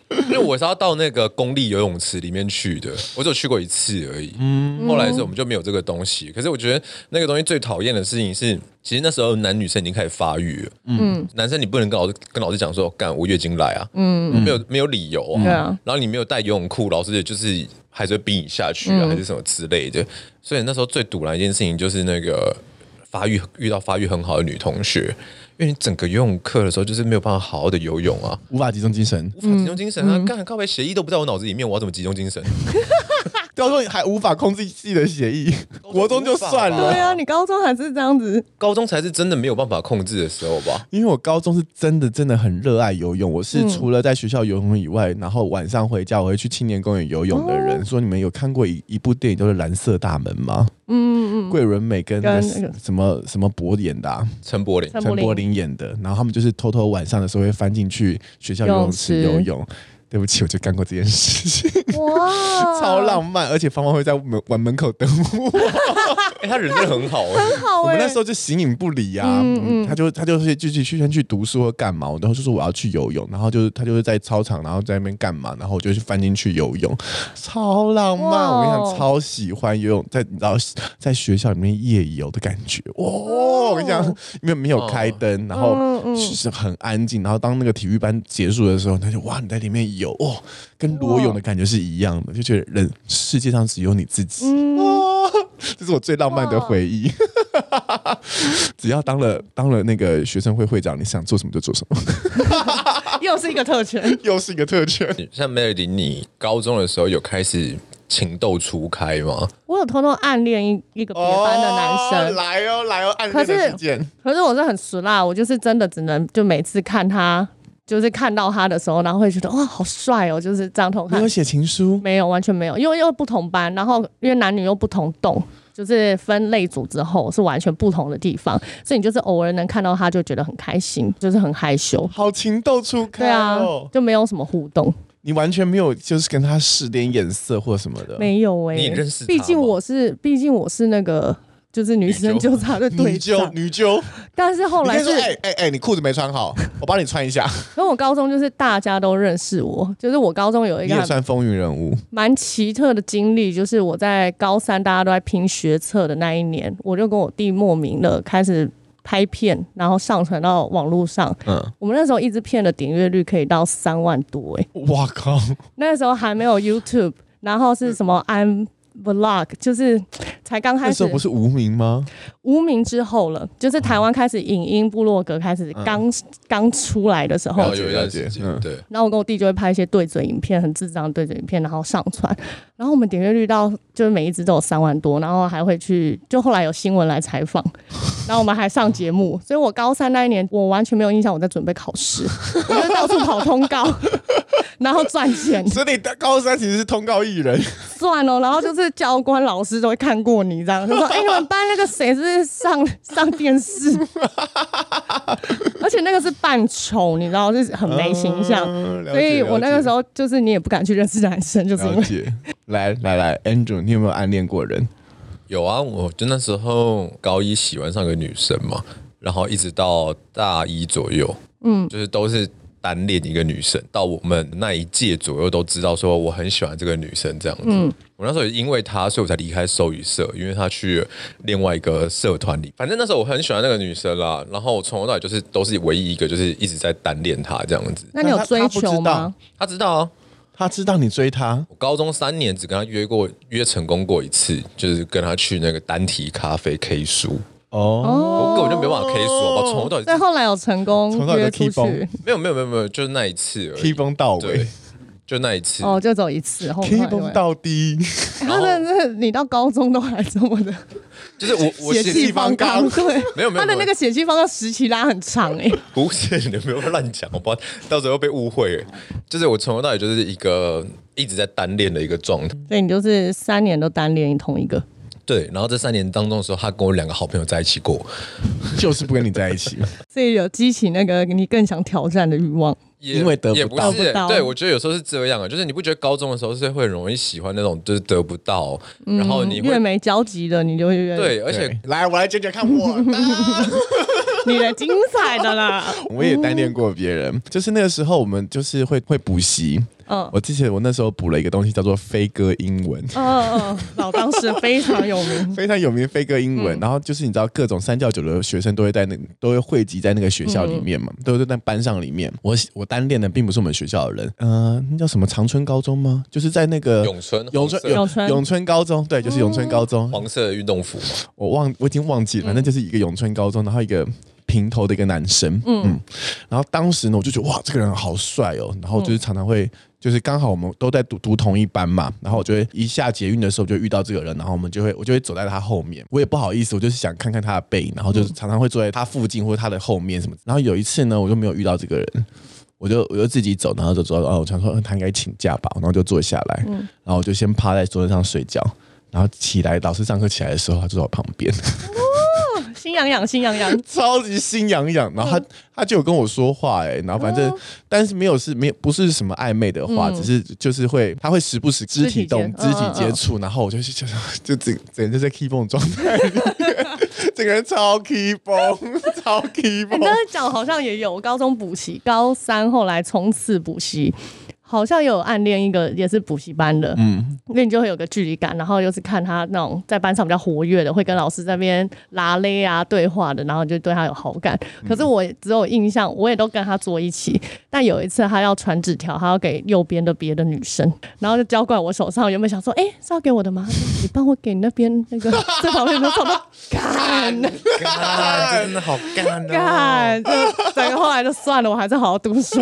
因为我是要到那个公立游泳池里面去的，我只有去过一次而已。嗯，后来的时候我们就没有这个东西。可是我觉得那个东西最讨厌的事情是，其实那时候男女生已经开始发育了。嗯，男生你不能跟老师跟老师讲说，干我月经来啊，嗯，没有没有理由啊。对啊然后你没有带游泳裤，老师也就是还是会逼你下去啊，还是什么之类的。所以那时候最堵然一件事情就是那个发育遇到发育很好的女同学，因为你整个游泳课的时候就是没有办法好好的游泳啊。无法集中精神无法集中精神啊！干、告白协议都不在我脑子里面，我要怎么集中精神？高中还无法控制自己的血液，国中就算无法了对吧。啊，你高中还是这样 子，高中才是真的没有办法控制的时候吧？因为我高中是真的真的很热爱游泳，我嗯是除了在学校游泳以外，然后晚上回家我会去青年公园游泳的嗯人。说你们有看过一一部电影叫做《蓝色大门》吗？嗯嗯嗯，桂纶镁跟那个跟那个什么什么博演的、啊，陈柏霖陈陈柏柏霖演的，然后他们就是偷偷晚上的时候会翻进去学校游泳游池游泳池泳。对不起，我就干过这件事情，哇， 超浪漫，而且芳芳会在门晚门口等我。哎，他人真的很好哎、 好我哎、们那时候就形影不离啊，嗯他就他就是继续去先去读书或干嘛，然后就说我要去游泳，然后就是他就是在操场，然后在那边干嘛，然后我就去翻进去游泳，超浪漫，哇哦我跟你讲，超喜欢游泳，在你知道在学校里面夜游的感觉，哇、我跟你讲，因为没有开灯，然哦嗯后嗯是很安静，然后当那个体育班结束的时候，他就哇你在里面游，哦，跟裸泳的感觉是一样的，就觉得人世界上只有你自己。嗯哦这是我最浪哦漫的回忆。 只要当了当了那个学生会会长，你想做什么就做什么， 又是一个特权，又是一个 特权。像 Melody，你高中的时候有开始情窦初开吗？我有偷偷暗恋一一个别班的男哦生。来哦来哦，暗可恋的是事件，可是我是很俗辣，我就是真的只能就每次看他，就是看到他的时候，然后会觉得哇好帅哦，就是这样偷你看有，写情书，没有完全没有，因为又不同班，然后因为男女又不同栋，就是分类组之后是完全不同的地方，所以你就是偶尔能看到他就觉得很开心，就是很害羞。好情窦初对开啊哦，，就没有什么互动，你完全没有就是跟他使点眼色或什么的，没有哎、你也认识他吗毕竟我是，毕竟我是那个就是女生女纠纠察队女队纠长，女纠，但是后你来可以说是哎哎哎，你裤子没穿好，我帮你穿一下。因为我高中就是大家都认识我，就是我高中有一你个也还算风云人物，蛮奇特的经历，就是我在高三大家都在拼学测的那一年，我就跟我弟莫名的开始拍片，然后上传到网络上。嗯，我们那时候一支片的点阅率可以到三万多、欸，哇靠！那时候还没有 YouTube，然后是什么 I'm Vlog，就是才刚开那始时候不是无名 吗？无名之后了，就是台湾开始影音部落格开始嗯刚刚出来的时候然，后了解有一段了时解间，嗯对，然后我跟我弟就会拍一些对嘴影片，很智障的对嘴影片，然后上传。然后我们点阅率到就是每一支都有三万多，然后还会去，就后来有新闻来采访，然后我们还上节目。所以我高三那一年，我完全没有印象我在准备考试，我就到处跑通告， 然后赚钱所以你的高三其实是通告艺人，赚哦，然后就是教官老师都会看过你这样，就说：“哎、你们班那个谁是不是上上电视？” 而且那个是扮丑，你知道，就是很没形象。嗯了解所以我那个时了候就是你也不敢去认识男生，就是因解了为解。来来来，Andrew，你有没有暗恋过人？有啊，我就那时候高一喜欢上个女生嘛，然后一直到大一左右，嗯，就是都是单恋一个女生，到我们那一届左右都知道说我很喜欢这个女生这样子。我那时候也因为她，所以我才离开兽语社，因为她去另外一个社团里。反正那时候我很喜欢那个女生啦，然后我从头到尾就是都是唯一一个就是一直在单恋她这样子。 那你有追求吗？她知道啊，他知道你追他，我高中三年只跟她约过约成功过一次，就是跟她去那个单体咖啡 K 书。哦，我根本就没办法 K 说吧，从头到所以尾后来有成功从头到尾约都 keep 出 on 去，没有没有没有没有，就是那一次而踢已，崩到对尾，，就那一次。哦，就走一次，后来踢崩到底，他真的是你到高中都还这么的就是我我血气方刚，对，没有没有他的没有那个血气方刚时期拉很长哎，不是你不要乱讲，我不然到时候被误会。就是我从头到尾就是一个一直在单恋的一个状态。 所以你就是三年都单恋同一个，对，然后这三年当中的时候，他跟我两个好朋友在一起过， 就是不跟你在一起。所以有激起那个你更想挑战的欲望。也因为得不也不到是得不到对我觉得有时候是这样啊，就是你不觉得高中的时候是会容易喜欢那种就是得不到，然后你嗯越会。没交集的，你就越对，而且对来，我来讲讲看我 的。 你的精彩的啦。我也单恋过别人，就是那个时候我们就是会会补习。嗯我之前我那时候补了一个东西叫做飞鸽英文。嗯嗯，嗯老当时非常有名。 非常有名的飞哥英文，然后就是你知道各种三教九流的学生都会在那都会汇集在那个学校里面嘛，都是在班上里面。我我单恋的并不是我们学校的人，呃，那叫什么长春高中吗？就是在那个咏春咏黄色春咏咏春咏春高中，对，就是咏春高中。黄色的运动服嘛，我忘我已经忘记了，反正就是一个咏春高中，然后一个平头的一个男生，嗯然后当时呢，我就觉得哇，这个人好帅哦，然后就是常常会。就是刚好我们都在读读同一班嘛，然后我就会一下捷运的时候就遇到这个人，然后我们就会我就会走在他后面，我也不好意思，我就是想看看他的背影，然后就是常常会坐在他附近或者他的后面什么。然后有一次呢，我就没有遇到这个人，我就我就自己走，然后就走到哦，我想说、嗯他应该请假吧，然后就坐下来，嗯然后我就先趴在桌子上睡觉，然后起来老师上课起来的时候，他就在我旁边，，心痒痒，心痒痒超级心痒痒，然嗯后他、他就有跟我说话哎、然后反哦正、但是没有是没有不是什么暧昧的话，只是就是会他会时不时肢体动嗯肢体肢接嗯体接触，然后我就就就就整整个就在 keep 状态 里面，整个人超 keep 超 keep 你刚才讲好像也有，我高中补习，高三后来冲刺补习。好像有暗恋一个也是补习班的，嗯，因为你就会有个距离感，然后又是看他那种在班上比较活跃的，会跟老师在那边拉勒啊对话的，然后就对他有好感。可是我只有印象，我也都跟他坐一起，但有一次他要传纸条，他要给右边的别的女生，然后就交过来我手上，原本想说，哎、是要给我的吗？他说你帮我给那边那个 最旁边的手都干。干，真的好干哦！ 干，就整个后来就算了，我还是好好读书。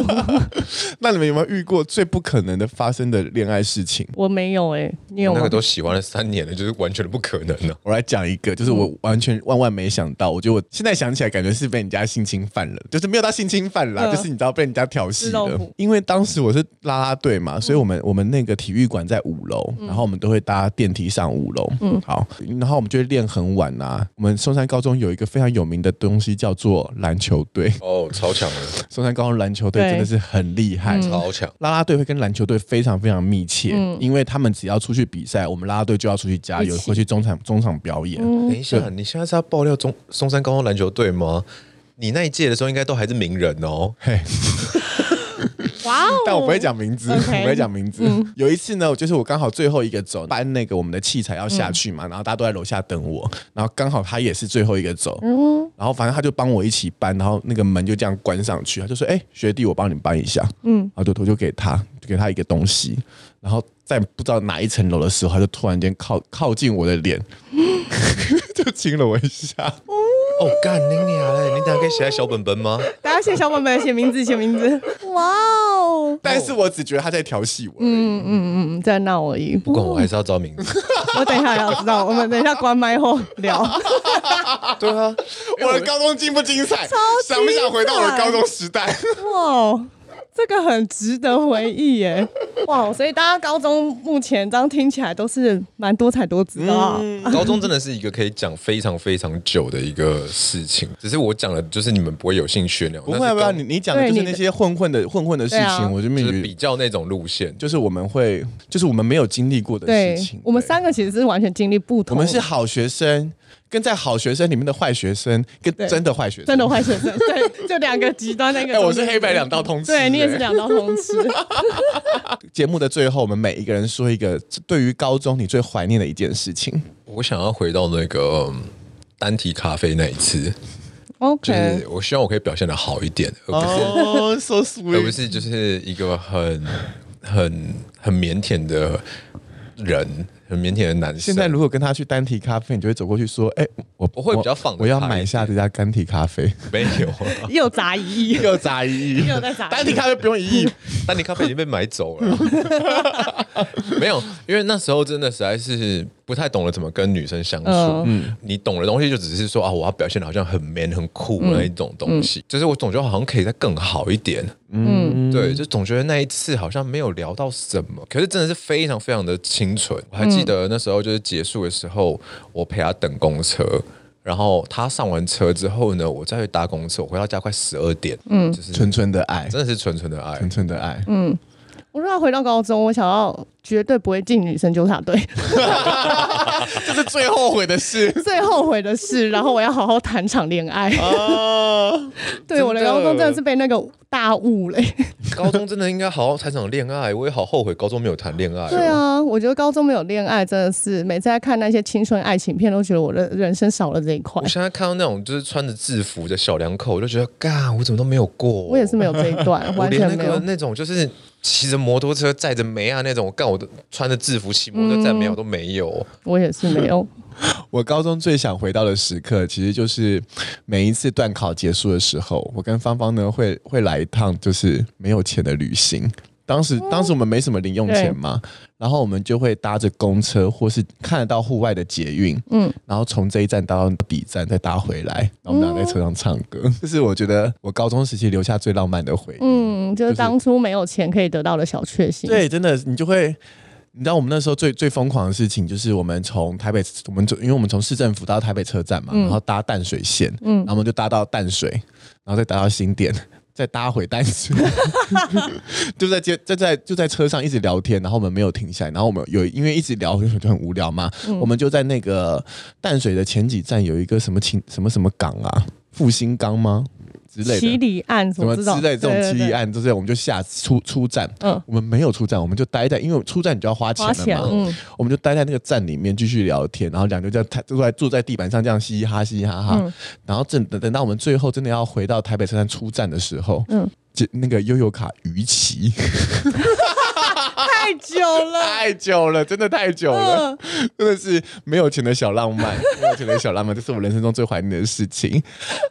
那你们有没有遇过最不可能的发生的恋爱事情？ 我没有哎、你有那吗个？都喜欢了三年了，就是完全不可能了。我来讲一个，就是我嗯完全万万没想到，我觉得我现在想起来，感觉是被人家性侵犯了，就是没有到性侵犯啦，嗯就是你知道被人家调戏吃豆了腐。因为当时我是啦啦队嘛，所以我们我们那个体育馆在五楼，嗯然后我们都会搭电梯上五楼。嗯，好，然后我们就会练很晚啊。我们松山高中有一个非常有名的东西叫做篮球队， 哦，超强了，松山高中篮球队对嗯真的是很厉害，超强！啦啦队会跟篮球队非常非常密切，因为他们只要出去比赛，我们啦啦队就要出去加油一，起嗯会去中场中场表演。等一下，你现在是要爆料中松山高中篮球队吗？你那一届的时候应该都还是名人哦。嘿，哇哦！ 但我不会讲名字， 我 OK 不会讲名字。有一次呢，我就是我刚好最后一个走，搬那个我们的器材要下去嘛，然后大家都在楼下等我，然后刚好他也是最后一个走，然后反正他就帮我一起搬，然后那个门就这样关上去，他就说：“哎、学弟，我帮你搬一下。”嗯，然后就我就给他，就给他一个东西，然后在不知道哪一层楼的时候，他就突然间靠靠近我的脸， 就亲了我一下。哦，干你俩嘞！你等下可以写在小本本吗？大家写小本本，写名字，写名字。哇哦！但是我只觉得他在调戏我而已。嗯嗯嗯，在闹而已。不管我还是要找名字。我等一下要知道，我们等一下关麦后 聊。对啊，我的高中精不精彩？想不想回到我的高中时代？哇哦，这个很值得回忆耶！哇，哦所以大家高中目前这样听起来都是蛮多彩多姿的、啊。 嗯高中真的是一个可以讲非常非常久的一个事情，只是我讲的就是你们不会有啊兴趣那种。不会但是不高会，啊你你讲的就是那些混混的混混的事对啊情，我就没就有是比较那种路线，就是我们会，就是我们没有经历过的对事情。，我们对三个其实是完全经历不我同。们是好学生，跟在好学生里面的坏学生，跟对真的坏学生，真的。坏学生，对，就两个极端那个 哎，中间。我是黑白两道通吃。对你也是哎。两道通吃，节目的最后，我们每一个人说一个对于高中你最怀念的一件事情。我想要回到那个嗯单体咖啡那一次，就 OK，是我希望我可以表现的好一点，而不是、哦，so 而不 sweet。是就是一个很很很腼腆的人，很腼腆的男生。现在如果跟他去单体咖啡，你就会走过去说：“哎，我我会比较放得我要开一买下这家单体咖啡。”没有啊，又杂一亿，又杂一 亿，又在杂一亿单体咖啡不用一亿，丹尼咖啡已经被买走了。 没有，因为那时候真的实在是不太懂得怎么跟女生相处。嗯，你懂的东西就只是说啊，我要表现的好像很 man 很酷那一种东西，就是我总觉得好像可以再更好一点。嗯，对，就总觉得那一次好像没有聊到什么，可是真的是非常非常的清纯。我还记得那时候就是结束的时候，我陪他等公车。然后他上完车之后呢，我再去搭公车，我回到家快十二点，嗯，就是 纯纯的爱，真的是纯纯的爱纯，纯的爱。我如果要回到高中，我想要绝对不会进女生纠察 队，这 是最后悔的事最后悔的是，然后我要好好谈场恋爱。啊！ 对，我的高中真的是被那个大雾嘞。高中真的应该好好谈场恋爱，我也好后悔高中没有谈恋爱、哦。对，啊，我觉得高中没有恋爱真的是，每次在看那些青春爱情片，都觉得我的人生少了这一块我。现在看到那种就是穿着制服的小两口，我就觉得，嘎，我怎么都没有过、我也是没有这一段，我完连全那没有个。那种就是骑着摩托车载着梅亚那种，干我都穿着制服骑摩托车载嗯梅亚我都没有。我也是没有。我高中最想回到的时刻，其实就是每一次段考结束的时候，我跟芳芳呢会会来一趟就是没有钱的旅行。当时当时我们没什么零用钱嘛，然后我们就会搭着公车或是看得到户外的捷运，嗯，然后从这一站搭到底站再搭回来，然后我们俩在车上唱歌， 这是我觉得我高中时期留下最浪漫的回忆。嗯，就是当初没有钱可以得到的小确幸。对，真的，你就会，你知道我们那时候最最疯狂的事情，就是我们从台北，我们从因为我们从市政府搭到台北车站嘛，然后搭淡水线，嗯，然后我们就搭到淡水，然后再搭到新店。再搭回淡水， 就在街，就在就在车上一直聊天，然后我们没有停下来，然后我们有因为一直聊就很无聊嘛，我们就在那个淡水的前几站有一个什么情什么什么港啊，复兴港吗之类的，七里岸什什么么之这种类这种对对七对例案，就是我们就下出出站，嗯我们没有出站，我们就待在，因为出站你就要花钱花钱，了嘛，嗯，我们就待在那个站里面继续聊天，然后两个就在坐在坐在地板上这样嘻嘻哈嘻嘻哈嗯哈，然后等等等到我们最后真的要回到台北车站出站的时候，嗯嗯，那个悠悠卡逾期，太久 了。太久了，真的太久嗯，了，真的是没有钱的小浪 漫，没有钱的小浪漫，这是我人生中最怀念的事情。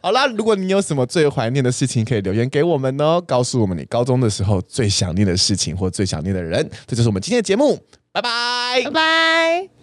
好啦，如果你有什么最怀念的事情，可以留言给我们哦，告诉我们你高中的时候最想念的事情或最想念的人。这就是我们今天的节目，拜拜拜。拜。